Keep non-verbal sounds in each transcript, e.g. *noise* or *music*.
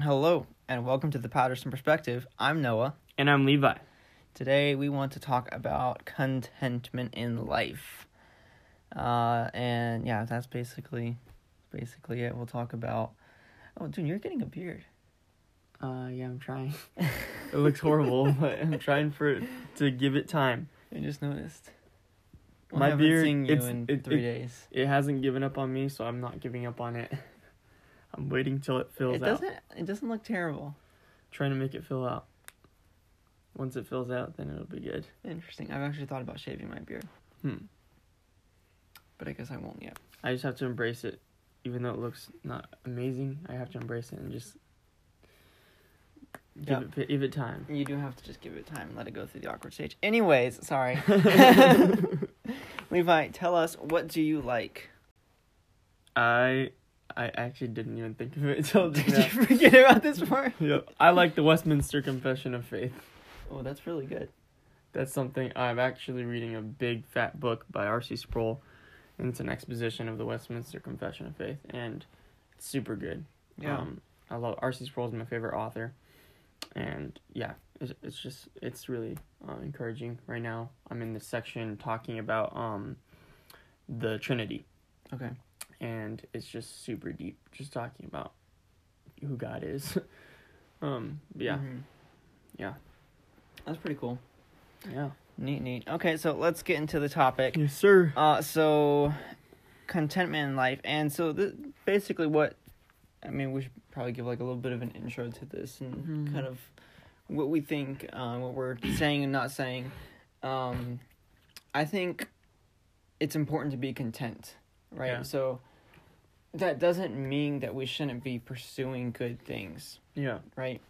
Hello, and welcome to the Patterson Perspective. I'm Noah. And I'm Levi. Today we want to talk about contentment in life. Uh, and yeah, that's basically basically it. We'll talk about Oh, dude, you're getting a beard. Uh, yeah, I'm trying. it looks *laughs* horrible, but I'm trying for it to give it time. I just noticed. My I haven't beard, seen you it's- in it- 3 it- days. It hasn't given up on me, so I'm not giving up on it. I'm waiting till it fills It out. doesn't it doesn't look terrible. Trying to make it fill out. Once it fills out, then it'll be good. Interesting. I've actually thought about shaving my beard, Hmm. but I guess I won't yet. I just have to embrace it, even though it looks not amazing. I have to embrace it and just Yeah. give it give it time. You do have to just give it time and let it go through the awkward stage. Anyways, *laughs* sorry. Levi, tell us what do you like? I I actually didn't even think of it *laughs* *laughs* until Did just now. you forget about this part? Yep. I like the Westminster Confession of Faith. Oh, that's really good. That's something I'm actually reading a big fat book by R.C. Sproul, and it's an exposition of the Westminster Confession of Faith, and it's super good. Um, I love R.C. Sproul is my favorite author, and yeah, it's, it's just it's really uh, encouraging. Right now, I'm in this section talking about um, the Trinity, okay. and it's just super deep, just talking about who God is. *laughs* um, yeah, Mhm. Yeah. That's pretty cool. yeah, Neat, neat. Okay, so let's get into the topic. Mm-hmm. yes, sir. Uh, so contentment in life, and so th- basically what, I mean, we should probably give like a little bit of an intro to this and Mhm. kind of what we think, uh, what we're saying and not saying. Um, I think it's important to be content, right? Yeah. So that doesn't mean that we shouldn't be pursuing good things, Yeah. right?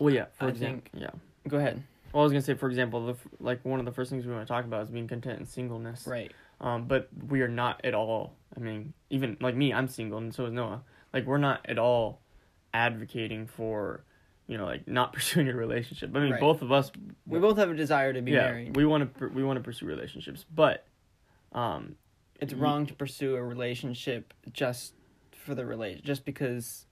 Well, yeah. For I example, yeah. Go ahead. Well, I was gonna say, for example, the, f- like one of the first things we want to talk about is being content in singleness. Right. Um, but we are not at all. I mean, even like me, I'm single, and so is Noah. Like we're not at all advocating for, you know, like not *laughs* pursuing a relationship. I mean, Right. both of us, We both have a desire to be yeah, married. we want to we want to pursue relationships, but, um, it's Ye- wrong to pursue a relationship just for the relation just because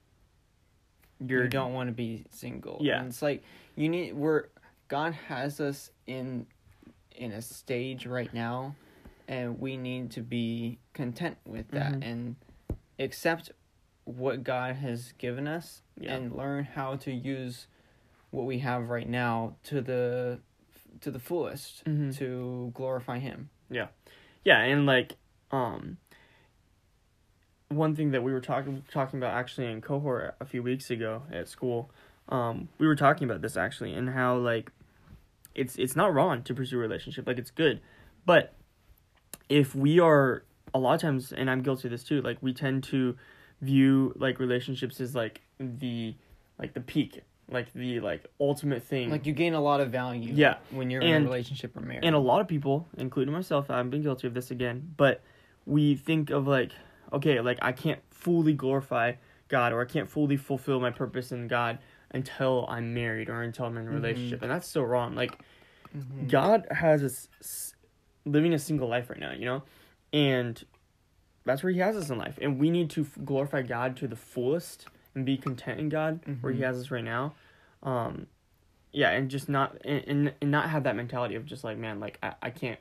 you're you don't want to be single Yeah. and it's like you need we're god has us in in a stage right now and we need to be content with that Mhm. and accept what god has given us Yeah. and learn how to use what we have right now to the to the fullest Mhm. to glorify him yeah and like um one thing that we were talking talking about actually in cohort a few weeks ago at school um we were talking about this actually and how like it's it's not wrong to pursue a relationship like it's good but if we are a lot of times and i'm guilty of this too like we tend to view like relationships as like the like the peak like the like ultimate thing like you gain a lot of value Hmm. Yeah. when you're in a And- relationship or marriage and a lot of people, including myself, I've been guilty of this again, but we think of like, okay, like I can't fully glorify God or I can't fully fulfill my purpose in God until I'm married or until I'm in a relationship. And that's so wrong. Like, Mm-hmm. Hmm. God has us s- living a single life right now, you know? And that's where He has us in life. And we need to f- glorify God to the fullest and be content in God where He has us right now. Um, yeah, and just not and, and, and not have that mentality of just like, man, like I, I can't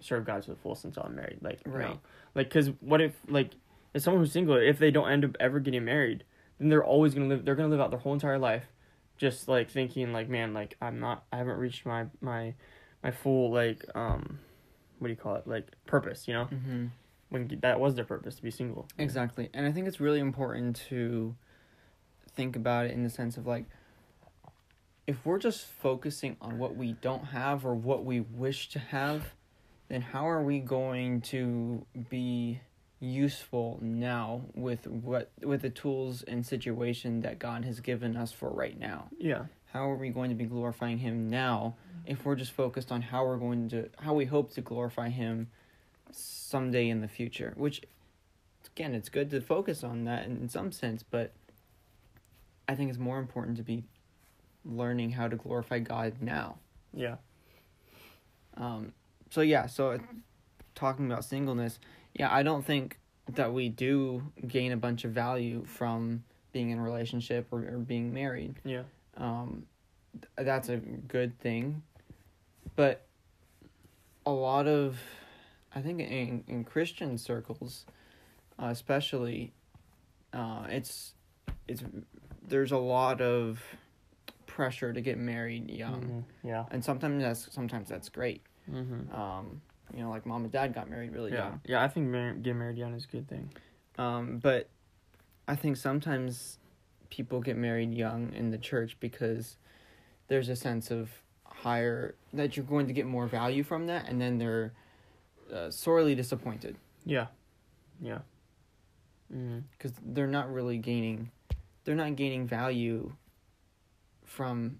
serve God to the fullest until I'm married. Like, you know? Right. Like, cause what if like if someone who's single, if they don't end up ever getting married, then they're always gonna live. They're gonna live out their whole entire life, just like thinking like, man, like I'm not. I haven't reached my my my full like um, what do you call it? Like purpose. You know, hmm when that was their purpose to be single. Exactly. And I think it's really important to think about it in the sense of like if we're just focusing on what we don't have or what we wish to have, then how are we going to be useful now with what with the tools and situation that God has given us for right now? Yeah. How are we going to be glorifying him now if we're just focused on how we're going to how we hope to glorify him someday in the future? Which again, it's good to focus on that in in some sense, but I think it's more important to be learning how to glorify God now. Yeah. Um so yeah, so uh, talking about singleness, yeah, I don't think that we do gain a bunch of value from being in a relationship or, or being married. Yeah. Um, th- that's a good thing, but a lot of, I think in in Christian circles, uh, especially, uh, it's it's there's a lot of pressure to get married young, Mhm. Yeah. and sometimes that's sometimes that's great. Mm-hmm. Um, you know, like mom and dad got married really Yeah. young. Yeah. I think mar- getting married young is a good thing. Um, but I think sometimes people get married young in the church because there's a sense of higher that you're going to get more value from that, and then they're uh, sorely disappointed Yeah. Yeah. Mm-hmm. because they're not really gaining, they're not gaining value from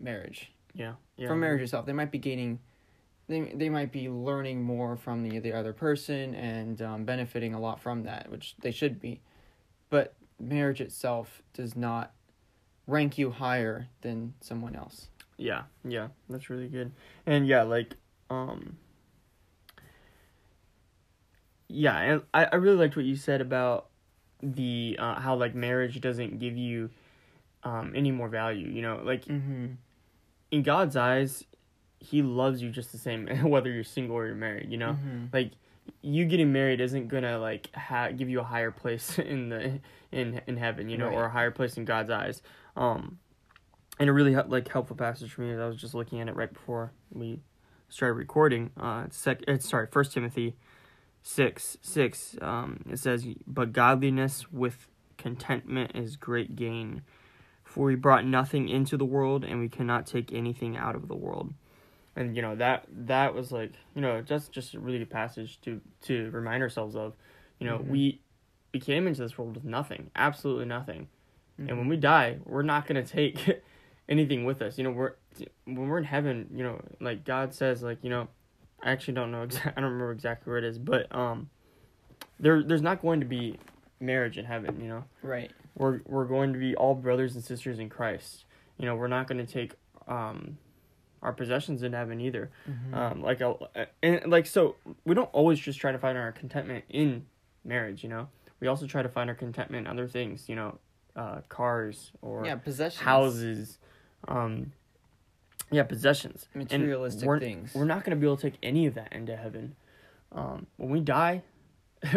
marriage Yeah. Yeah. from marriage itself. They might be gaining. They, they might be learning more from the, the other person and um, benefiting a lot from that, which they should be. But marriage itself does not rank you higher than someone else. Yeah, yeah, that's really good. And yeah, like, um, yeah, and I, I really liked what you said about the, uh, how like marriage doesn't give you, um, any more value, you know, like Mm-hmm. in God's eyes, he loves you just the same, *laughs* whether you're single or you're married, you know, Mm-hmm. like you getting married isn't gonna like ha- give you a higher place *laughs* in the in in heaven you know or a higher place in god's eyes um and a really hel- like helpful passage for me is i was just looking at it right before we started recording uh it's sec it's sorry first timothy 6 6 um it says but godliness with contentment is great gain for we brought nothing into the world and we cannot take anything out of the world and you know that that was like you know just just a really good passage to to remind ourselves of you know Mhm. we we came into this world with nothing absolutely nothing and when we die we're not going to take *laughs* anything with us you know we're when we're in heaven you know like god says like you know i actually don't know *laughs* exactly i don't remember exactly where it is but um there there's not going to be marriage in heaven you know right. we're we're going to be all brothers and sisters in christ you know we're not going to take um our possessions in heaven either Mm-hmm. um like a, and like so we don't always just try to find our contentment in marriage you know we also try to find our contentment in other things you know uh cars or yeah, possessions, houses um yeah possessions And materialistic we're, things. we're not going to be able to take any of that into heaven um when we die *laughs*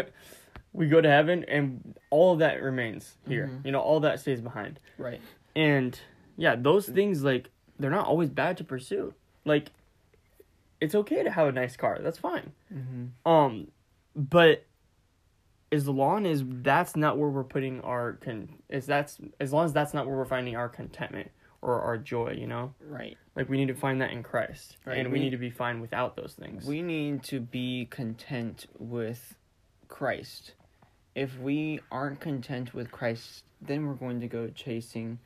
we go to heaven and all of that remains here Mhm. you know all that stays behind right. and yeah, those things like they're not always bad to pursue. Like it's okay to have a nice car. That's fine. Mm-hmm. Um but as long as that's not where we're putting our con is that's as long as that's not where we're finding our contentment or our joy, you know? Right. Like we need to find that in Christ. Right, And we, we- need to be fine without those things. We need to be content with Christ. If we aren't content with Christ, then we're going to go chasing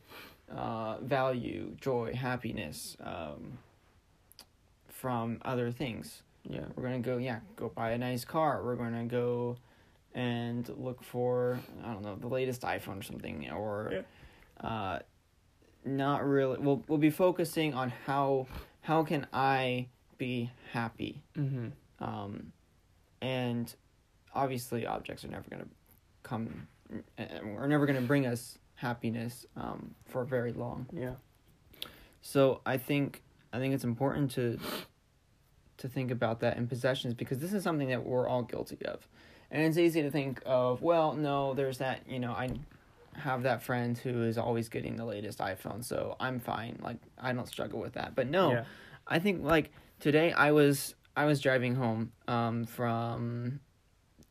uh, value, joy, happiness um, from other things. yeah. We're going to go, yeah, go buy a nice car. We're going to go and look for, I don't know, the latest iPhone or something. Or uh, not really. We'll, we'll be focusing on how, how can I be happy? Mhm. um, and obviously objects are never going to come and are never going to bring us happiness um, for very long Yeah. so i think i think it's important to to think about that in possessions because this is something that we're all guilty of and it's easy to think of well no there's that you know i have that friend who is always getting the latest iphone so i'm fine like i don't struggle with that but no Yeah. I think like today I was I was driving home um from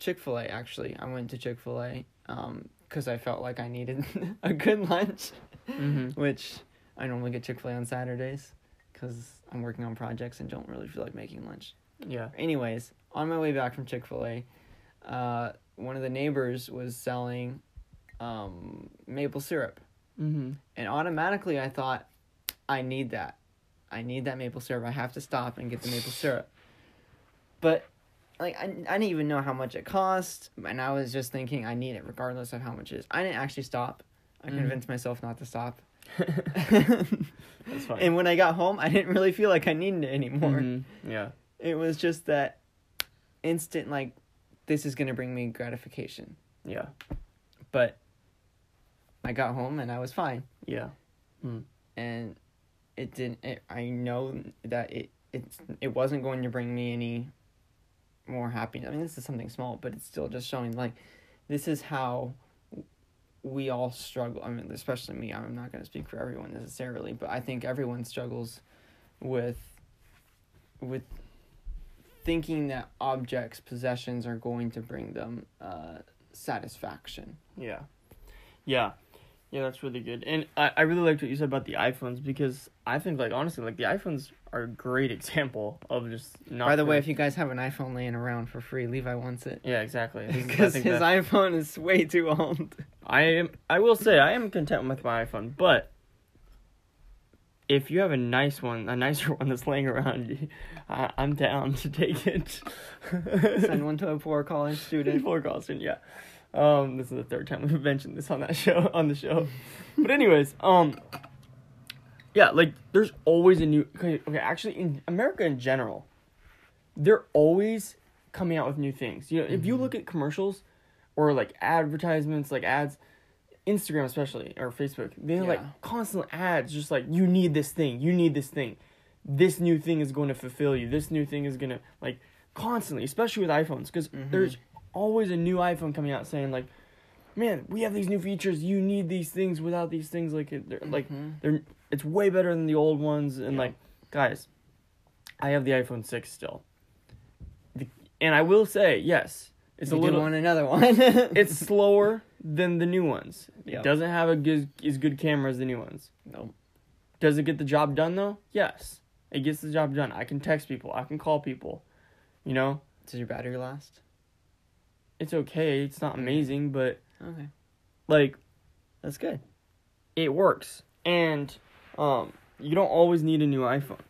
Chick Fil A actually. I went to Chick Fil A um because I felt like I needed *laughs* a good lunch, Mhm. which I normally get Chick Fil A on Saturdays because I'm working on projects and don't really feel like making lunch. Yeah. Anyways, on my way back from Chick Fil A, uh, one of the neighbors was selling um maple syrup. *laughs* Mhm. And automatically I thought, I need that. I need that maple syrup. I have to stop and get the maple syrup. But like I, I didn't even know how much it cost, and I was just thinking I need it regardless of how much it is. I didn't actually stop. I Mhm. convinced myself not to stop. That's fine. and when I got home, I didn't really feel like I needed it anymore. Mhm. Yeah. It was just that instant like this is going to bring me gratification. Yeah. But I got home and I was fine. Yeah. and it didn't it, i know that it it's, it wasn't going to bring me any more happiness i mean this is something small but it's still just showing like this is how we all struggle i mean especially me i'm not going to speak for everyone necessarily but i think everyone struggles with with thinking that objects possessions are going to bring them uh satisfaction Yeah. Yeah. Yeah, that's really good. And I, I really liked what you said about the iPhones because I think like honestly, like the iPhones are a great example of just not by the way for- if you guys have an iphone laying around for free levi wants it Yeah, exactly. *laughs* I think- I Because think his that- iPhone is way too *laughs* old. I am. I will say I am content with my iPhone, but if you have a nice one, a nicer *laughs* one that's laying around, *laughs* I, I'm down to take it. *laughs* Send one to a poor college student. Before Carlson, yeah. Um, this is the third time we've mentioned this on that *laughs* show on the show. but anyways, um, yeah, like there's always a new. Okay, okay, actually, in America in general, they're always coming out with new things. You know, if you look at commercials or like advertisements, like ads, Instagram especially or Facebook, they're Yeah. like constant ads, just like you need this thing, you need this thing, this new thing is going to fulfill you, this new thing is gonna like constantly, especially with iPhones, because Mm-hmm. there's always a new iPhone coming out saying like, man, we have these new features, you need these things. Without these things, like it- they're, like Mhm. they're it's way better than the old ones, and Yeah. like guys, I have the iPhone six still. The, and I will say, yes, It's it's you a little. do want another *laughs* one. it's slower than the new ones. Yeah. It doesn't have a good, as good camera as the new ones. no. Does it get the job done though? Yes, it gets the job done. I can text people. I can call people. You know, Does your battery last? it's okay. It's not amazing, but Okay, like that's good. it works. And um, you don't always need a new iPhone.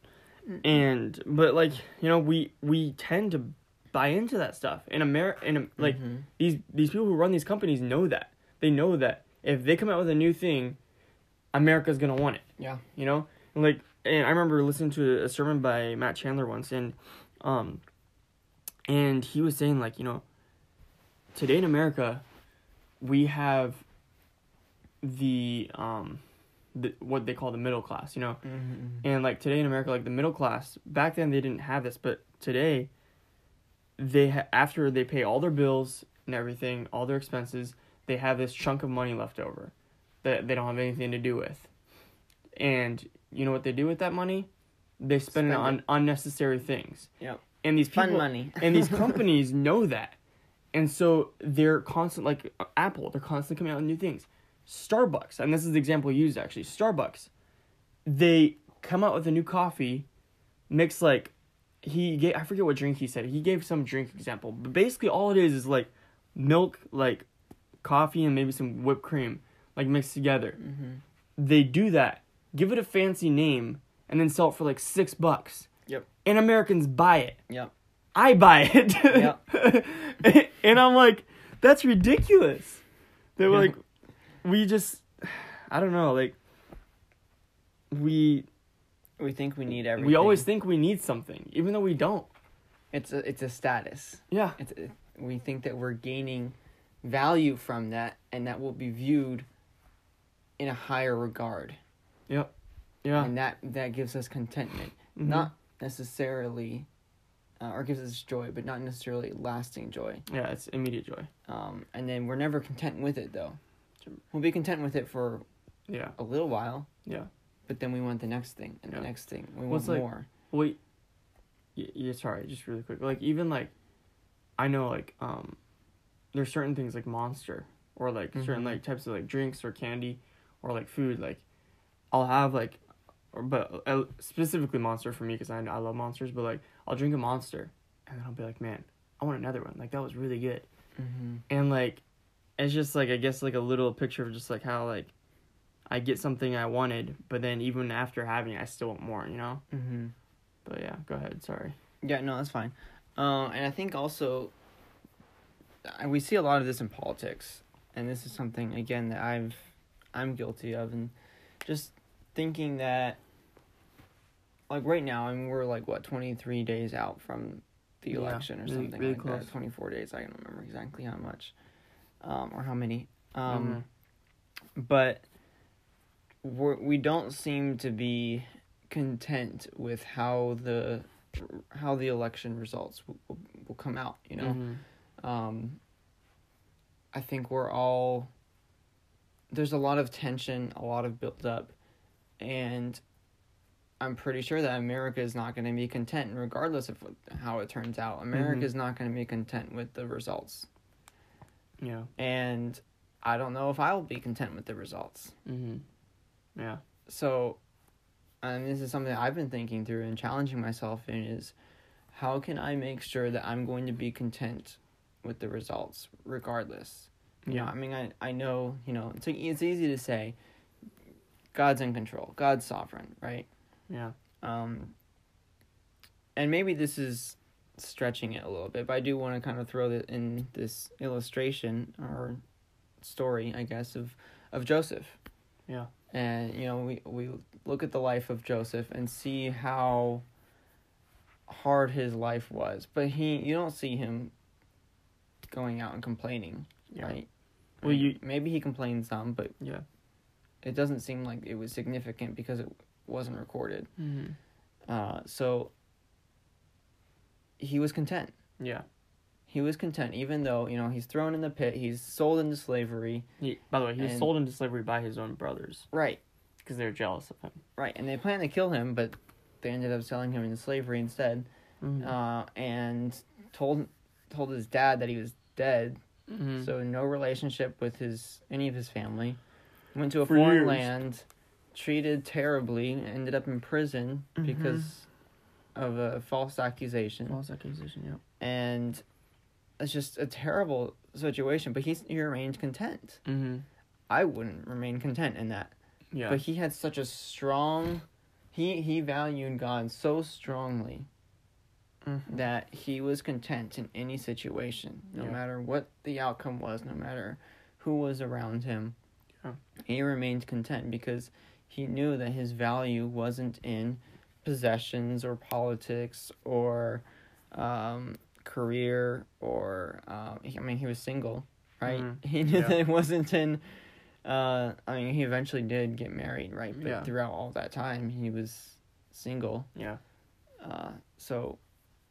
And but like you know, we we tend to buy into that stuff. In America, in Am- like Mhm. these these people who run these companies know that they know that if they come out with a new thing, America's gonna want it. Yeah. you know and like and i remember listening to a sermon by matt chandler once and um and he was saying like you know today in america we have the um the, what they call the middle class you know Mhm. and like today in america like the middle class back then they didn't have this but today they ha- after they pay all their bills and everything all their expenses they have this chunk of money left over that they don't have anything to do with and you know what they do with that money they spend, Spend it it. on unnecessary things Yep. and these people Fun money. and these companies know that and so they're constant like uh, apple they're constantly coming out with new things starbucks and this is the example used actually starbucks they come out with a new coffee mix like he gave i forget what drink he said he gave some drink example but basically all it is is like milk like coffee and maybe some whipped cream like mixed together Mhm. they do that give it a fancy name and then sell it for like six bucks *laughs* Yep. and americans buy it Yep. I buy it. *laughs* and I'm like, that's ridiculous. They were Yeah. like, we just, I don't know, like, we We think we need everything. we always think we need something, even though we don't. It's a it's a status. Yeah, It's it, we think that we're gaining value from that, and that will be viewed in a higher regard, yeah, and that that gives us contentment. Mhm. not necessarily uh, or gives us joy but not necessarily lasting joy yeah. It's immediate joy. um, and then we're never content with it though we'll be content with it for Yeah, a little while yeah. but then we want the next thing and Yeah. the next thing we Well, want it's like- more Wait, yeah, yeah. Sorry, just really quick. Like even like, I know like um, there's certain things like Monster or like certain Mhm. like types of like drinks or candy or like food. Like I'll have like, or, but uh, specifically Monster for me because I I love monsters. But like I'll drink a Monster and then I'll be like, man, I want another one. Like that was really good. hmm And like, it's just like I guess like a little picture of just like how like. I get something I wanted, but then even after having it, I still want more, you know? hmm But yeah, go ahead. Sorry. yeah no that's fine um, and i think also I- we see a lot of this in politics and this is something again that i've i'm guilty of and just thinking that like right now i mean we're like what 23 days out from the Yeah, election or really- something really like close. that Mm-hmm. 24 days i don't remember exactly how much um, or how many um, but we're, we don't seem to be content with how the how the election results will, will, will come out you know Mhm. um, I think we're all there's a lot of tension, a lot of built up, and I'm pretty sure that America is not going to be content, regardless of what, how it turns out. America is not going to be content with the results, Yeah. and I don't know if I'll be content with the results. Mm-hmm. Yeah. So, and this is something I've been thinking through and challenging myself in is how can I make sure that I'm going to be content with the results regardless? You know, Yeah. I mean, I, I know, you know, it's, it's easy to say God's in control, God's sovereign, right? Yeah. Um, and maybe this is stretching it a little bit, but I do want to kind of throw it in this illustration or story, I guess, of, of Joseph Yeah. and you know we we look at the life of Joseph and see how hard his life was but he you don't see him going out and complaining Yeah. right Well, I mean, you- maybe he complained some but Yeah. it doesn't seem like it was significant because it wasn't recorded Mm-hmm. uh so he was content Yeah. he was content even though you know he's thrown in the pit he's sold into slavery He, by the way, he was And- sold into slavery by his own brothers right because they were jealous of him. right and they planned to kill him but they ended up selling him into slavery instead Mm-hmm. uh, and told told his dad that he was dead. Hmm. So no relationship with his any of his family. Went to a For foreign years. land, treated terribly, ended up in prison Mhm. because of a false accusation, false accusation. Yeah. and it's just a terrible situation. But he's, he remained content. Mm-hmm. I wouldn't remain content in that. Yeah. But he had such a strong. He, he valued God so strongly Mhm. that he was content in any situation, no Yeah. matter what the outcome was, no matter who was around him. Yeah. He remained content because he knew that his value wasn't in possessions or politics or um, career or um, he- I mean he was single, right? Mhm. He knew Yeah. that it wasn't in. Uh, I mean, he eventually did get married, right? But Yeah. throughout all that time, he was single. Yeah. Uh, so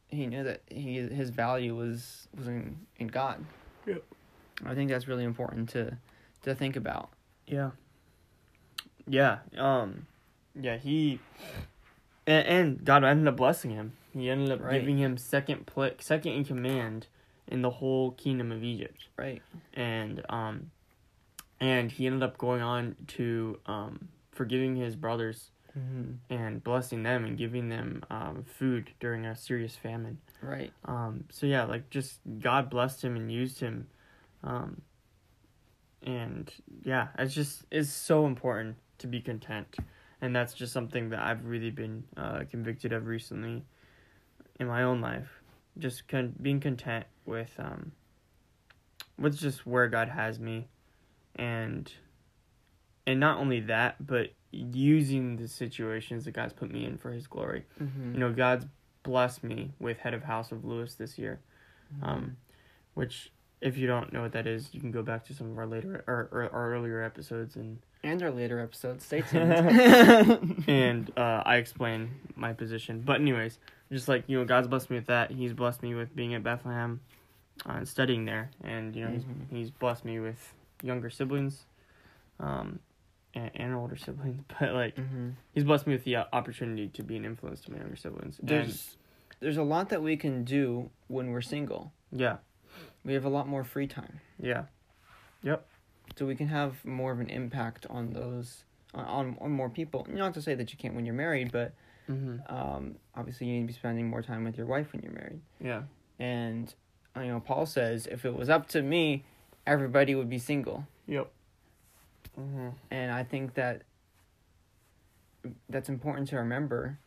he knew that he his value was was in, in God. Yeah. I think that's really important to to think about. Yeah. Yeah. Um. Yeah. He. And, and God ended up blessing him. He ended up Right. giving him second pl- second in command in the whole kingdom of Egypt. Right. and um and he ended up going on to um forgiving his brothers Mm-hmm. and blessing them and giving them um food during a serious famine Right. um so yeah like just god blessed him and used him um and yeah it's just it's so important to be content and that's just something that i've really been uh convicted of recently in my own life just con- being content with um with just where god has me and and not only that but using the situations that god's put me in for his glory Mm-hmm. you know god's blessed me with head of house of lewis this year um which if you don't know what that is you can go back to some of our later or, or, or earlier episodes and and our later episodes. *laughs* Stay *laughs* tuned. and uh, i explain my position but anyways just like you know god's blessed me with that he's blessed me with being at bethlehem uh, and studying there and you know Mhm. he's, he's blessed me with younger siblings um and, and older siblings *laughs* but like hmm he's blessed me with the uh, opportunity to be an influence to my younger siblings And- There's there's a lot that we can do when we're single. yeah We have a lot more free time, yeah so we can have more of an impact on those on on, on more people. Not to say that you can't when you're married, but mm-hmm. um, obviously you need to be spending more time with your wife when you're married. yeah And you know, Paul says if it was up to me, everybody would be single. Yep. Mm-hmm. And I think that that's important to remember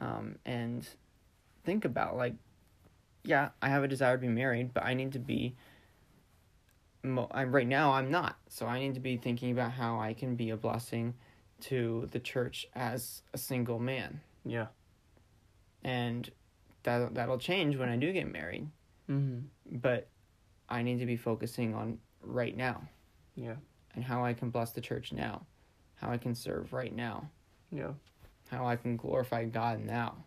um, and think about. Like, yeah, I have a desire to be married, but I need to be. Mo- I'm right now. I'm not, so I need to be thinking about how I can be a blessing to the church as a single man. Yeah. and that that'll change when I do get married. Mm-hmm. But I need to be focusing on right now. Yeah. and how I can bless the church now, how I can serve right now, Yeah. how I can glorify God now,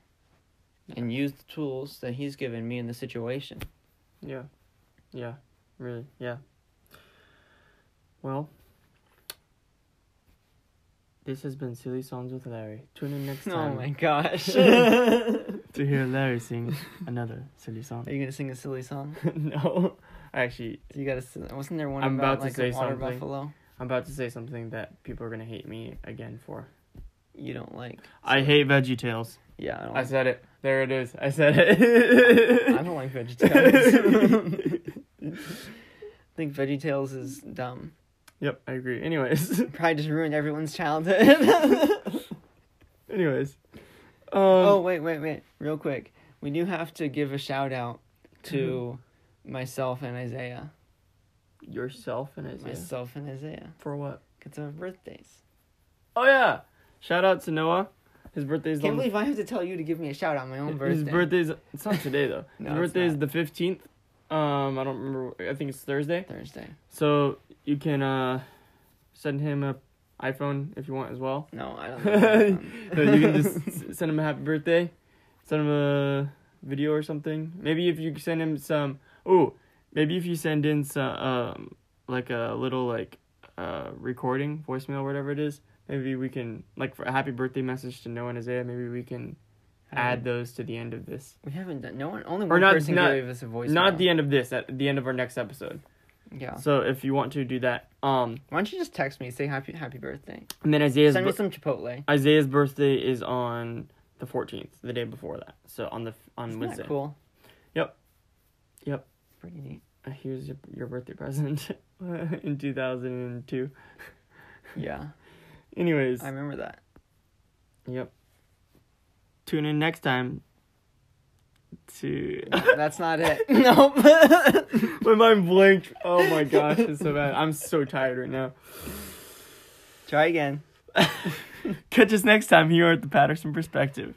and use the tools that He's given me in the situation. Yeah. Yeah. Really. Yeah. Well, this has been Silly Songs with Larry. Tune in *laughs* *laughs* next Oh time my gosh. *laughs* Are *laughs* to hear Larry sing another silly song. you gonna sing a silly song? *laughs* no. Actually, You gotta. Sing, wasn't there one I'm about, about to like say a water something. buffalo? I'm about to say something that people are going to hate me again for. You don't like. I hate Veggie Tales. Yeah, I don't. I Like, said it. There it is. I said *laughs* I *laughs* it. don't like VeggieTales. *laughs* I think VeggieTales is dumb. yep, I agree. Anyways. *laughs* Probably just ruined everyone's Um, childhood. *laughs* Anyways. Um, oh wait, wait, wait! Real quick, we do have to give a shout out to Mm-hmm. myself and Isaiah. yourself and Isaiah. Myself and Isaiah. For what? It's our birthdays. Oh yeah! Shout out to Noah. His birthday's Can't on the, believe I have to tell you to give me a shout out on my own birthday. his birthday's it's not *laughs* today though. No, his it's birthday is not. the fifteenth. Um, I don't remember. I think it's Thursday. Thursday. So you can uh, send him a iPhone if you want as well. No, I *laughs* don't. think that's you on. *laughs* can just s- send him a happy birthday. Send him a video or something. Maybe if you send him some. Ooh, maybe if you send in some um like a little like uh recording voicemail whatever it is. Maybe we can like for a happy birthday message to Noah and Isaiah. Maybe we can add those to the end of this. We haven't done. No one. Only Or one not- person not- gave us a voice. Not the end of this. At the end of our next episode. Yeah. So if you want to do that, um, Why don't you just text me? Say happy happy birthday. and then Isaiah's Send bir- me some Chipotle. Isaiah's birthday is on the 14th, the day before that. So on the on Isn't Wednesday. that cool? Yep. Yep. Pretty *laughs* neat. Uh, Here's your, your birthday present *laughs* in 2002. Yeah, Anyways, I remember *laughs* that. yep. Tune in next time to *laughs* That's not it. *laughs* nope. *laughs* My mind blanked. Oh my gosh, it's so bad. I'm so tired right now. Try again. Catch us next time here at the Patterson Perspective.